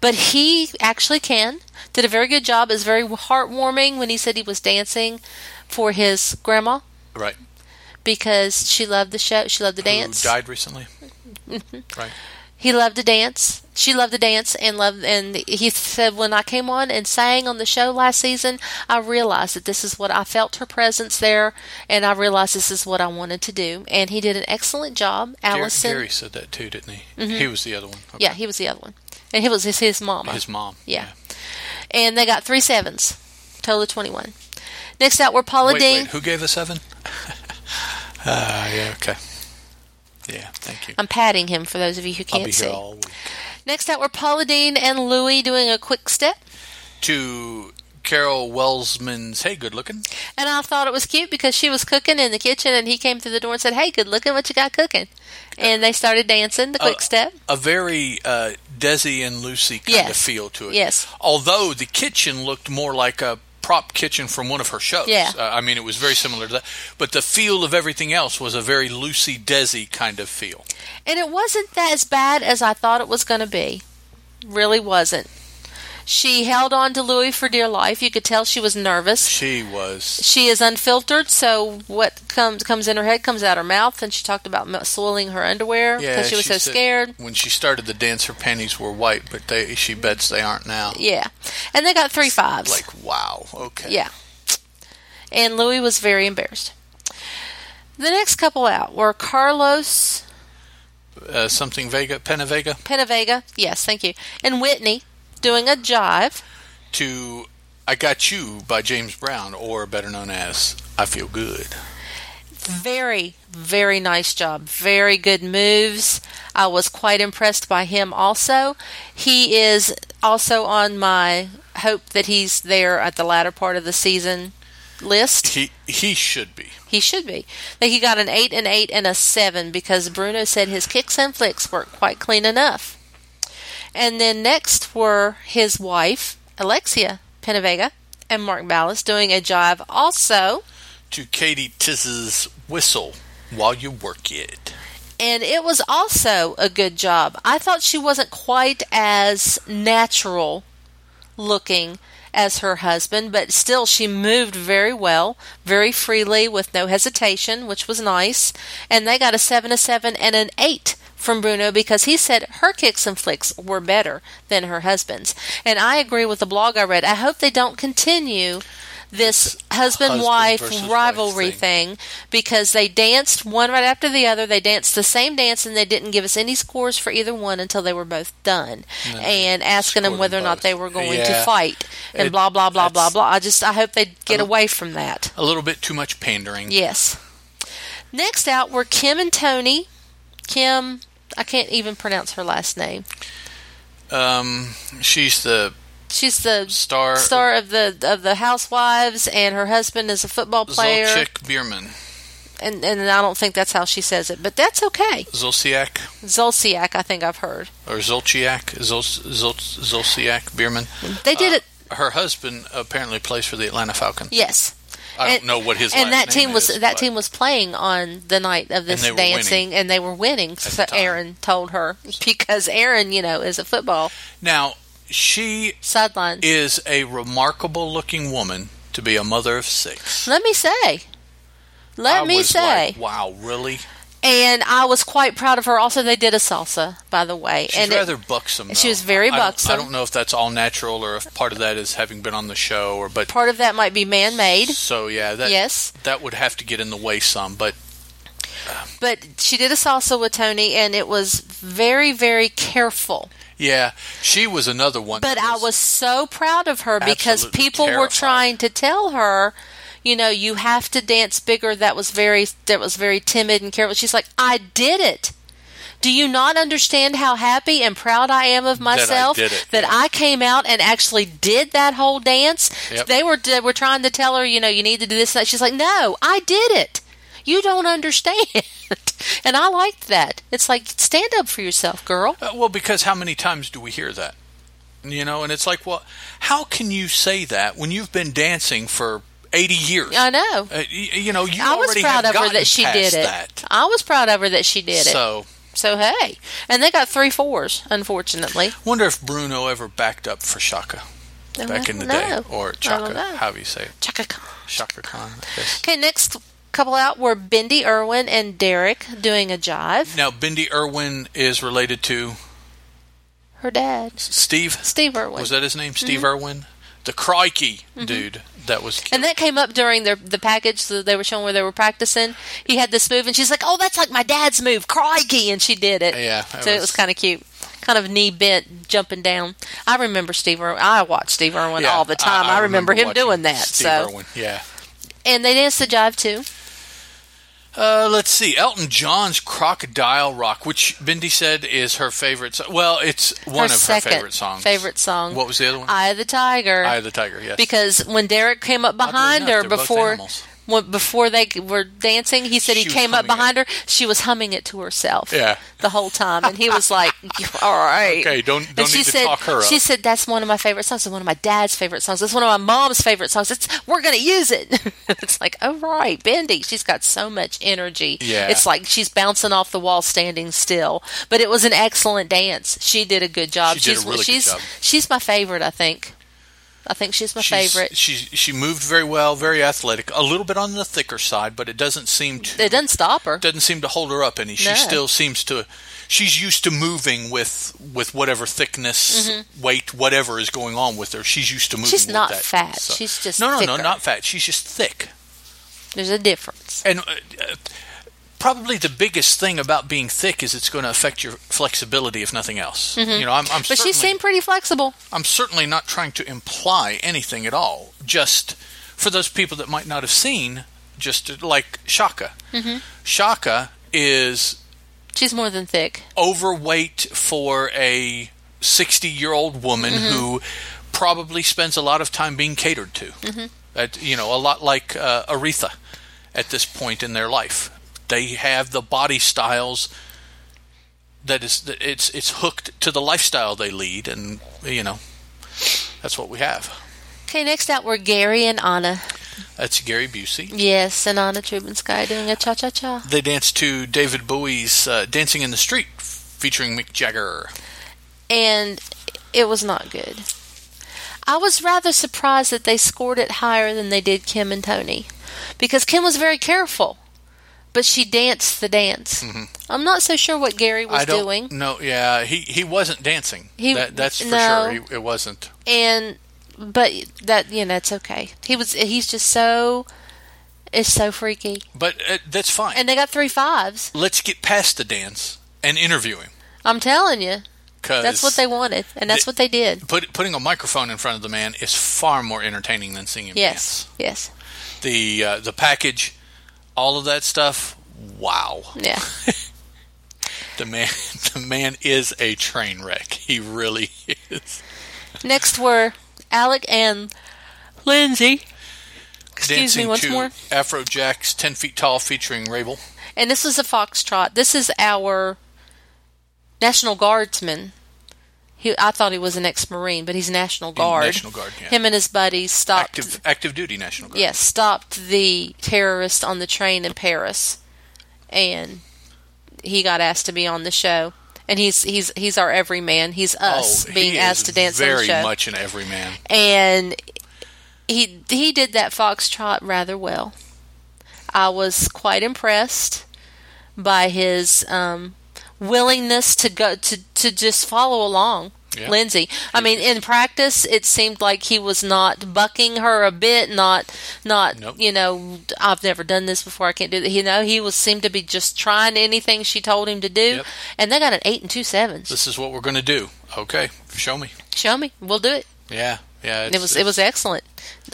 B: But he actually can. Did a very good job. Is very heartwarming when he said he was dancing for his grandma
A: right.
B: because she loved the show. She loved the dance.
A: Who died recently? Right.
B: He loved to dance. She loved to dance and loved and he said when I came on and sang on the show last season, I realized that this is what I felt her presence there and I realized this is what I wanted to do and he did an excellent job.
A: Gar-
B: Allison Mm-hmm.
A: Gary said that too, didn't he? He was the other one. Okay.
B: Yeah, he was the other one. And it was his, his mama.
A: His mom.
B: yeah. And they got three sevens, total of 21. Next out were Paula
A: Wait,
B: Dean.
A: wait, who gave a seven? uh, yeah, okay. Yeah, thank you.
B: I'm patting him for those of you who
A: I'll be
B: can't
A: here
B: see.
A: all week.
B: Next out were Paula Dean and Louie doing a quick step.
A: To Carol Wellsman's, hey, good looking.
B: And I thought it was cute because she was cooking in the kitchen and he came through the door and said, Hey, good looking, what you got cooking? And they started dancing, the quick
A: Uh,
B: step.
A: A very uh, Desi and Lucy kind of
B: Yes.
A: feel to it.
B: Yes.
A: Although the kitchen looked more like a prop kitchen from one of her shows.
B: Yeah.
A: Uh, I mean, it was very similar to that. But the feel of everything else was a very Lucy Desi kind of feel.
B: And it wasn't that as bad as I thought it was going to be. Really wasn't. She held on to Louie for dear life. You could tell she was nervous.
A: She was.
B: She is unfiltered, so what comes comes in her head comes out her mouth. And she talked about m- soiling her underwear
A: Yeah,
B: because she was so
A: said
B: scared.
A: When she started the dance, her panties were white, but they she bets they aren't now.
B: Yeah, and they got three fives.
A: Like, wow, okay.
B: Yeah. And Louis was very embarrassed. The next couple out were Carlos
A: Uh, something Vega, Pena Vega,
B: Penavega, yes, thank you, and Whitney doing a jive.
A: to I Got You by James Brown, or better known as I Feel Good.
B: Very, very nice job. Very good moves. I was quite impressed by him also. He is also on my hope that he's there at the latter part of the season list.
A: He he should be.
B: He should be. That he got an eight and eight and a seven because Bruno said his kicks and flicks weren't quite clean enough. And then next were his wife, Alexia Penavega, and Mark Ballas doing a jive also.
A: To Katie Tiz's Whistle While You Work It.
B: And it was also a good job. I thought she wasn't quite as natural looking as her husband, but still she moved very well, very freely with no hesitation, which was nice. And they got a 7 a 7 and an 8 from Bruno because he said her kicks and flicks were better than her husband's. And I agree with the blog I read. I hope they don't continue this husband wife
A: versus wife
B: rivalry
A: thing.
B: thing thing because they danced one right after the other. They danced the same dance and they didn't give us any scores for either one until they were both done and asking them
A: scored
B: whether or
A: them
B: not
A: both.
B: they were going
A: Yeah.
B: to fight and
A: It-
B: blah, blah, blah, blah,
A: that's-
B: blah. I just, I hope they get
A: don't-
B: away from that.
A: A little bit too much pandering.
B: Yes. Next out were Kim and Tony. Kim, I can't even pronounce her last name.
A: Um, she's the
B: She's the
A: star,
B: star of the of the housewives and her husband is a football player
A: Zolchik Bierman.
B: and and I don't think that's how she says it but that's okay
A: Zolciak
B: Zolciak I think I've heard
A: or Zolciak Zol, Zol, Zolciak Bierman.
B: They did
A: Uh,
B: it.
A: Her husband apparently plays for the Atlanta Falcons.
B: Yes.
A: I don't
B: And-
A: know what his last
B: and that
A: name
B: team was
A: is,
B: that
A: but-
B: team was playing on the night of this
A: they were
B: dancing, and they were winning. So
A: the time.
B: Aaron told her because Aaron, you know, is a football
A: Now she
B: sideline.
A: is a remarkable looking woman to be a mother of six.
B: Let me say. Let
A: I
B: me
A: was
B: say.
A: like, wow, really?
B: and I was quite proud of her. Also, they did a salsa, by the way.
A: She's
B: and it-
A: rather buxom. Though.
B: she was very
A: I don't-
B: buxom.
A: I don't know if that's all natural or if part of that is having been on the show or but
B: part of that might be man made.
A: so yeah, that
B: Yes.
A: that would have to get in the way some, but
B: But she did a salsa with Tony, and it was very, very careful.
A: yeah, she was another one.
B: But
A: that
B: I was so proud of her because
A: Absolutely
B: people were
A: terrified.
B: trying to tell her, you know, you have to dance bigger. That was very that was very timid and careful. She's like, I did it. Do you not understand how happy and proud I am of
A: I
B: myself
A: did it."
B: that I came out and actually did that whole dance?
A: Yep.
B: They were they were trying to tell her, you know, you need to do this. And that. She's like, No, I did it. You don't understand. and I liked that. It's like stand up for yourself, girl.
A: Uh, well, because how many times do we hear that? You know, and it's like, well, how can you say that when you've been dancing for 80 years?
B: I know.
A: Uh, y- you know, you
B: I was
A: already have
B: proud of her
A: gotten
B: that she
A: past
B: did it.
A: That.
B: I was proud of her that she did it.
A: So,
B: So hey, and they got three fours, unfortunately.
A: wonder if Bruno ever backed up for Shaka
B: Oh,
A: back
B: I
A: in the
B: don't
A: day,
B: know.
A: or
B: I
A: Chaka,
B: don't know.
A: however you say it.
B: Chaka Khan.
A: Shaka Khan, I guess.
B: Okay, next couple out were Bendy Irwin and Derek doing a jive.
A: Now, Bindi Irwin is related to
B: Her dad,
A: Steve.
B: Steve Irwin,
A: Was that his
B: Mm-hmm.
A: name? Steve Irwin? The crikey dude that was
B: and that came up during their the package that they were showing where they were practicing. He had this move, and she's like, "Oh, that's like my dad's move, crikey!" And she did it.
A: Yeah,
B: so
A: that
B: it
A: was-
B: was kind of cute. kind of knee bent, jumping down. I remember Steve Irwin. I watch Steve Irwin
A: Yeah,
B: all the time. I, remember, him
A: watching
B: doing that.
A: Steve
B: so,
A: Irwin, yeah.
B: and they danced the jive too.
A: Uh, let's see. Elton John's "Crocodile Rock," which Bindi said is her favorite. So- well, it's one of her
B: second
A: favorite songs.
B: favorite song.
A: What was the other one?
B: Eye of the Tiger.
A: Eye of the Tiger. Yes.
B: because when Derek came up
A: Oddly
B: behind
A: enough,
B: her
A: they're both
B: before
A: animals.
B: when, before they were dancing, he said
A: She
B: he
A: was
B: came
A: humming
B: up
A: it.
B: behind her. She was humming it to herself.
A: Yeah.
B: the whole time, and he was like, "All right,
A: Okay, don't-
B: And
A: don't
B: she
A: need to
B: said,
A: talk her up.
B: She said that's one of my favorite songs. It's one of my dad's favorite songs. It's one of my mom's favorite songs. It's we're gonna use it. it's like, oh right, Bendy. She's got so much energy.
A: Yeah.
B: it's like she's bouncing off the wall standing still. But it was an excellent dance. She did a good job.
A: She did a
B: she's
A: really good
B: she's
A: job.
B: she's my favorite. I think. I think she's my
A: She's-
B: favorite.
A: She she moved very well, very athletic. A little bit on the thicker side, but it doesn't seem to
B: It doesn't stop her.
A: doesn't seem to hold her up any. She
B: No.
A: still seems to she's used to moving with with whatever thickness, weight, whatever is going on with her. She's used to moving.
B: Mm-hmm. She's
A: with
B: not
A: that,
B: fat. She's just
A: no, no, no,
B: thicker.
A: not fat. She's just thick.
B: There's a difference.
A: And uh, uh, probably the biggest thing about being thick is it's going to affect your flexibility, if nothing else. You know, I'm, I'm
B: But she
A: certainly,
B: seemed pretty flexible.
A: I'm certainly not trying to imply anything at all. Just for those people that might not have seen, just uh, like Shaka. Shaka is
B: She's more than thick.
A: overweight for a 60 year old woman who probably spends a lot of time being catered to. At, you know, a lot like uh, Aretha at this point in their life. They have the body styles that is that it's it's hooked to the lifestyle they lead and you know that's what we have.
B: Okay, next out were Gary and Anna.
A: That's Gary Busey.
B: Yes, and Anna Trubensky doing a cha cha cha.
A: They danced to David Bowie's uh, Dancing in the Street featuring Mick Jagger.
B: And it was not good. I was rather surprised that they scored it higher than they did Kim and Tony because Kim was very careful, but she danced the dance. I'm not so sure what Gary was
A: Mm-hmm. I don't
B: doing.
A: No, yeah, he he wasn't dancing.
B: He-
A: that, that's for
B: no.
A: sure. He, it wasn't.
B: and but that you know it's okay he was he's just so it's so freaky
A: But uh, that's fine.
B: and they got three fives
A: Let's get past the dance and interview him
B: i'm telling you
A: because
B: that's what they wanted and that's
A: The-
B: what they did
A: Put, putting a microphone in front of the man is far more entertaining than seeing him
B: yes yes
A: dance. The uh, the package, all of that stuff. Wow,
B: yeah
A: the man the man is a train wreck. He really is.
B: next were alec and lindsay excuse
A: Dancing
B: me once
A: to
B: more
A: Afro Jacks, ten feet tall, featuring Rabel.
B: and this is a foxtrot this is our national guardsman he, I thought he was an ex-marine, but he's National Guard.
A: National Guard, yeah.
B: Him and his buddies stopped
A: Active active duty National Guard.
B: yes, stopped the terrorist on the train in Paris, and he got asked to be on the show. And he's he's he's our everyman. He's us
A: oh,
B: being
A: he
B: asked
A: is
B: to dance on
A: very
B: the show,
A: much an everyman.
B: and he he did that foxtrot rather well. I was quite impressed by his um, willingness to go to to just follow along.
A: Yeah.
B: Lindsay. I mean, in practice, it seemed like he was not bucking her a bit. Not, not
A: Nope.
B: you know, I've never done this before. I can't do that. You know, he was seemed to be just trying anything she told him to do.
A: Yep.
B: And they got an eight and two sevens.
A: This is what we're going to do. Okay, show me.
B: Show me, we'll do it.
A: Yeah, yeah.
B: And it was it was excellent.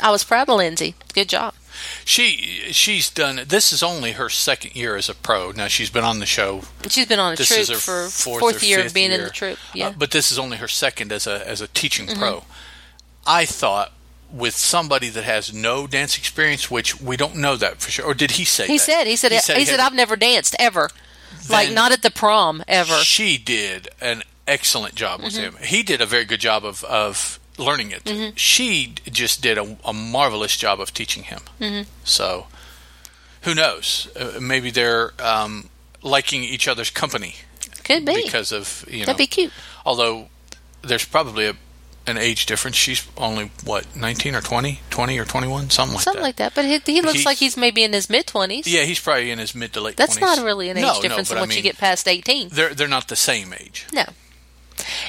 B: I was proud of Lindsay. Good job.
A: She she's done. This is only her second year as a pro. Now she's been on the show. uh,
B: She's been on a
A: This
B: troop
A: is her
B: for
A: fourth,
B: fourth,
A: or
B: year of
A: fifth
B: being in
A: year.
B: the troop.
A: Uh,
B: Yeah, Mm-hmm.
A: but this is only her second as a as a teaching pro. I thought with somebody that has no dance experience, which we don't know that for sure. Or did he say?
B: he
A: that?
B: said he said he said,
A: he had-
B: I've never danced ever, like
A: Then-
B: not at the prom ever. Mm-hmm.
A: She did an excellent job with him. He did a very good job of, of learning it. She d- just did a, a marvelous job of teaching him. Mm-hmm. So, who knows? Uh, maybe they're um, liking each other's company
B: Could be
A: because of you know.
B: that'd be cute.
A: Although there's probably a an age difference. She's only what 19 or 20, 20 or 21, something like
B: Something
A: that.
B: like that. But he, he looks
A: He-
B: like he's maybe in his mid twenties.
A: yeah, he's probably in his mid to late.
B: That's
A: 20s.
B: not really an age
A: No, no,
B: difference
A: but I
B: once you
A: mean,
B: get past eighteen.
A: They're they're not the same age.
B: No.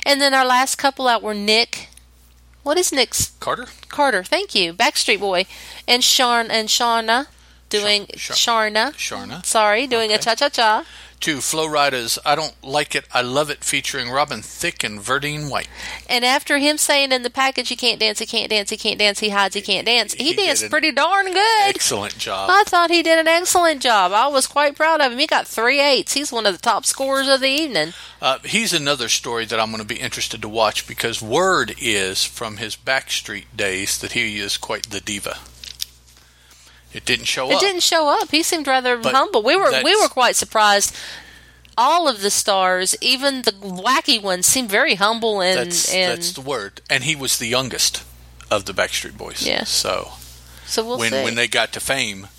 B: And then our last couple out were Nick. What is Nick's
A: Carter,
B: Carter? Thank you, Backstreet Boy, and Sharn and Shauna. doing
A: Sha-
B: Sharna.
A: Sharna.
B: Sorry, doing a
A: Okay.
B: cha cha cha.
A: Two, Flow Rida's I Don't Like It, I Love It featuring Robin Thicke and Verdine White.
B: And after him saying in the package, he can't dance, he can't dance, he can't dance, he hides, he can't dance, he,
A: He did
B: danced
A: an
B: pretty darn good.
A: Excellent job.
B: I thought he did an excellent job. I was quite proud of him. He got three eights. He's one of the top scorers of the evening.
A: Uh, he's another story that I'm going to be interested to watch because word is from his Backstreet days that he is quite the diva. It didn't show
B: It
A: up.
B: didn't show up. He seemed rather
A: But
B: humble. We were we
A: that's-
B: were quite surprised. All of the stars, even the wacky ones, seemed very humble and
A: that's
B: and
A: that's the word. And he was the youngest of the Backstreet Boys.
B: Yeah.
A: So
B: so we'll
A: when
B: see.
A: when they got to fame,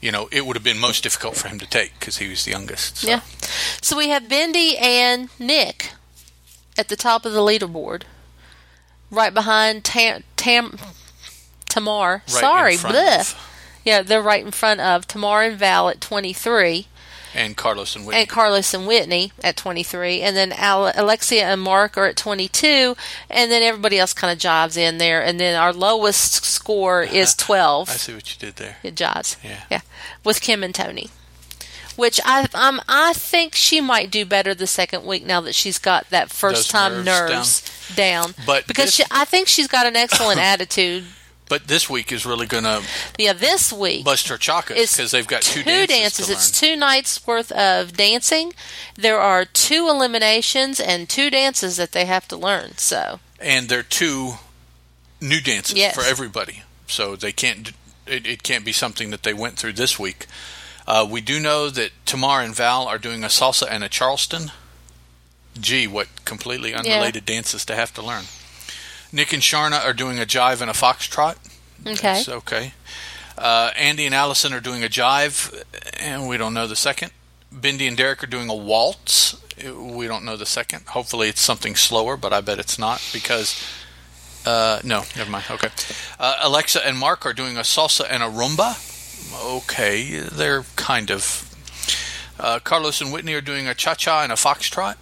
A: you know, it would have been most difficult for him to take because he was the youngest. So.
B: Yeah. So we have Bendy and Nick at the top of the leaderboard, right behind Tam, Tam Tamar.
A: Right
B: Sorry,
A: in front
B: bleh.
A: of-
B: Yeah, they're right in front of Tamar and Val at 23,
A: and Carlos and Whitney.
B: and Carlos and Whitney at 23, and then Ale- Alexia and Mark are at 22, and then everybody else kind of jives in there, and then our lowest score is 12.
A: I see what you did there.
B: It jives.
A: Yeah.
B: With Kim and Tony. Which I um I think she might do better the second week now that she's got that
A: Those
B: first time nerves,
A: nerves
B: down.
A: But
B: because
A: this-
B: she, I think she's got an excellent attitude.
A: But this week is really going to
B: Yeah, this week
A: bust her chakras
B: It's
A: because they've got two,
B: two
A: dances.
B: dances.
A: to
B: It's
A: learn.
B: two nights worth of dancing. There are two eliminations and two dances that they have to learn. So
A: and they're two new dances
B: Yes.
A: for everybody. So they can't. d- It, it can't be something that they went through this week. Uh, we do know that Tamar and Val are doing a salsa and a Charleston. Gee, what completely unrelated dances to have to learn. Nick and Sharna are doing a jive and a foxtrot.
B: okay,
A: That's okay. Uh, Andy and Allison are doing a jive, and we don't know the second. Bindi and Derek are doing a waltz. We don't know the second. Hopefully, it's something slower, but I bet it's not because. Uh, no, never mind. Okay. Uh, Alexa and Mark are doing a salsa and a rumba. Okay, they're kind of. Uh, Carlos and Whitney are doing a cha cha and a foxtrot.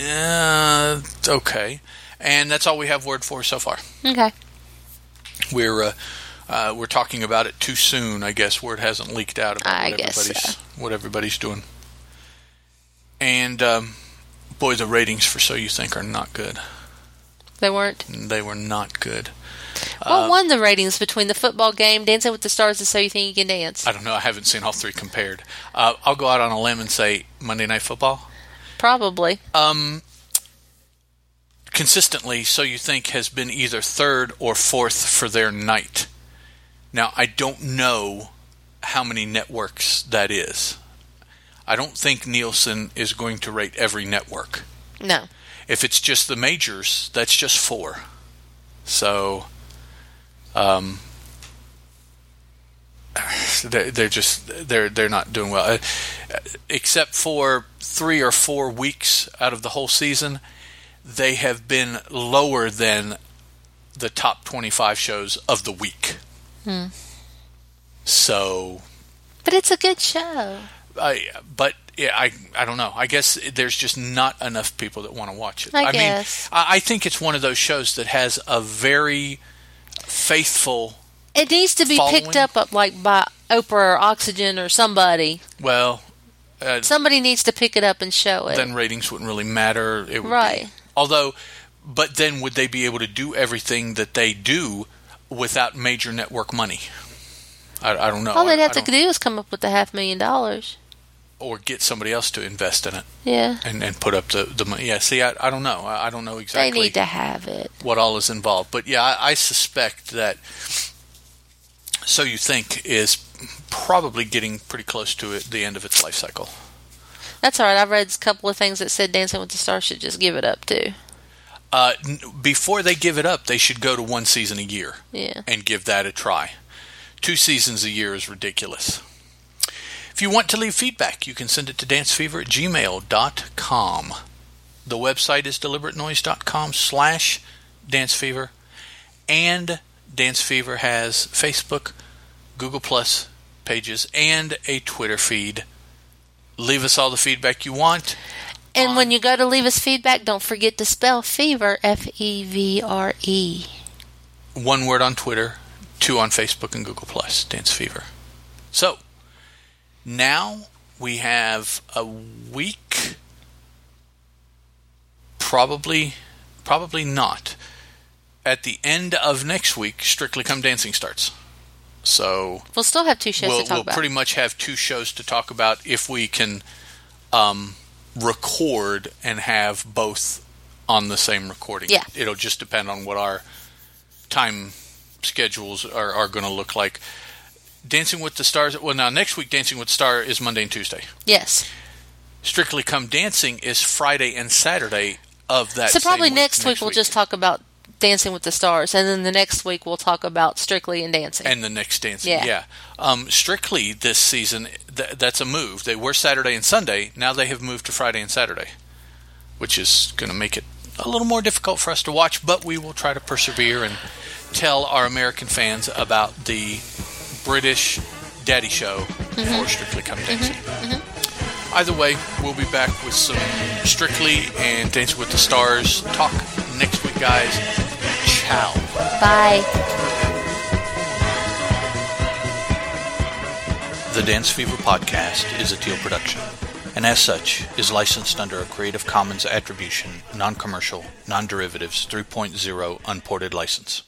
A: Uh, okay. And that's all we have word for so far
B: okay.
A: we're uh, uh, we're talking about it too soon. I guess word hasn't leaked out about
B: I
A: what
B: guess so.
A: everybody's what everybody's doing. And um, boy, the ratings for So You Think are not good.
B: They weren't.
A: They were not good. Uh,
B: what won the ratings between the football game, Dancing with the Stars, and So You Think You Can Dance?
A: I don't know. I haven't seen all three compared. Uh, I'll go out on a limb and say Monday Night Football.
B: Probably.
A: Um, consistently, So You Think has been either third or fourth for their night. Now, I don't know how many networks that is. I don't think Nielsen is going to rate every network.
B: No.
A: If it's just the majors, that's just four. So, um, they're, they're just they're they're not doing well, Uh, except for three or four weeks out of the whole season, they have been lower than the top twenty-five shows of the week. So
B: But it's a good show.
A: I, but yeah, I, I don't know. I guess there's just not enough people that want to watch it.
B: I guess.
A: mean, I, I think it's one of those shows that has a very faithful.
B: It needs to be picked
A: Following?
B: up, up like by Oprah or Oxygen or somebody.
A: Well,
B: Somebody needs to pick it up and show it.
A: then ratings wouldn't really matter. It would be-
B: Right.
A: although, but then would they be able to do everything that they do without major network money? I, I don't know.
B: All
A: I-
B: they'd have
A: I
B: to
A: don't-
B: do is come up with the half million dollars.
A: or get somebody else to invest in it
B: Yeah.
A: and, and put up the, the money. Yeah. See, I, I don't know. I, I don't know exactly.
B: They need to have it.
A: what all is involved. But yeah, I, I suspect that So You Think is probably getting pretty close to it, the end of its life cycle.
B: That's all right. I've read a couple of things that said Dancing with the Stars should just give it up too.
A: Uh, n- before they give it up, they should go to one season a year
B: Yeah.
A: and give that a try. Two seasons a year is ridiculous. If you want to leave feedback, you can send it to dancefever at gmail.com. The website is deliberatenoise.com slash dancefever. And Dance Fever has Facebook, Google Plus pages, and a Twitter feed. Leave us all the feedback you want.
B: And when you go to leave us feedback, don't forget to spell fever F E V R E.
A: One word on Twitter, two on Facebook and Google Plus. Dance Fever. So now we have a week, probably, probably not. At the end of next week, Strictly Come Dancing starts. So
B: We'll still have two shows
A: we'll,
B: to talk
A: we'll
B: about.
A: pretty much have two shows to talk about if we can um, record and have both on the same recording.
B: Yeah.
A: It'll just depend on what our time schedules are, are going to look like. Dancing with the Stars, well, now next week, Dancing with the Star is Monday and Tuesday.
B: yes.
A: Strictly Come Dancing is Friday and Saturday of that
B: So
A: same
B: probably
A: week,
B: next, week, we'll just talk about Dancing with the Stars, and then the next week we'll talk about Strictly and Dancing.
A: and the next dancing. Yeah.
B: Yeah.
A: Um, strictly this season, th- that's a move. They were Saturday and Sunday. Now they have moved to Friday and Saturday, which is going to make it a little more difficult for us to watch, but we will try to persevere and tell our American fans about the British daddy show for Strictly Come Dancing. Either way, we'll be back with some Strictly and Dancing with the Stars talk next week, guys. Ciao.
B: Bye.
A: The Dance Fever podcast is a teal production, and as such, is licensed under a Creative Commons Attribution, non commercial, non derivatives 3.0 unported license.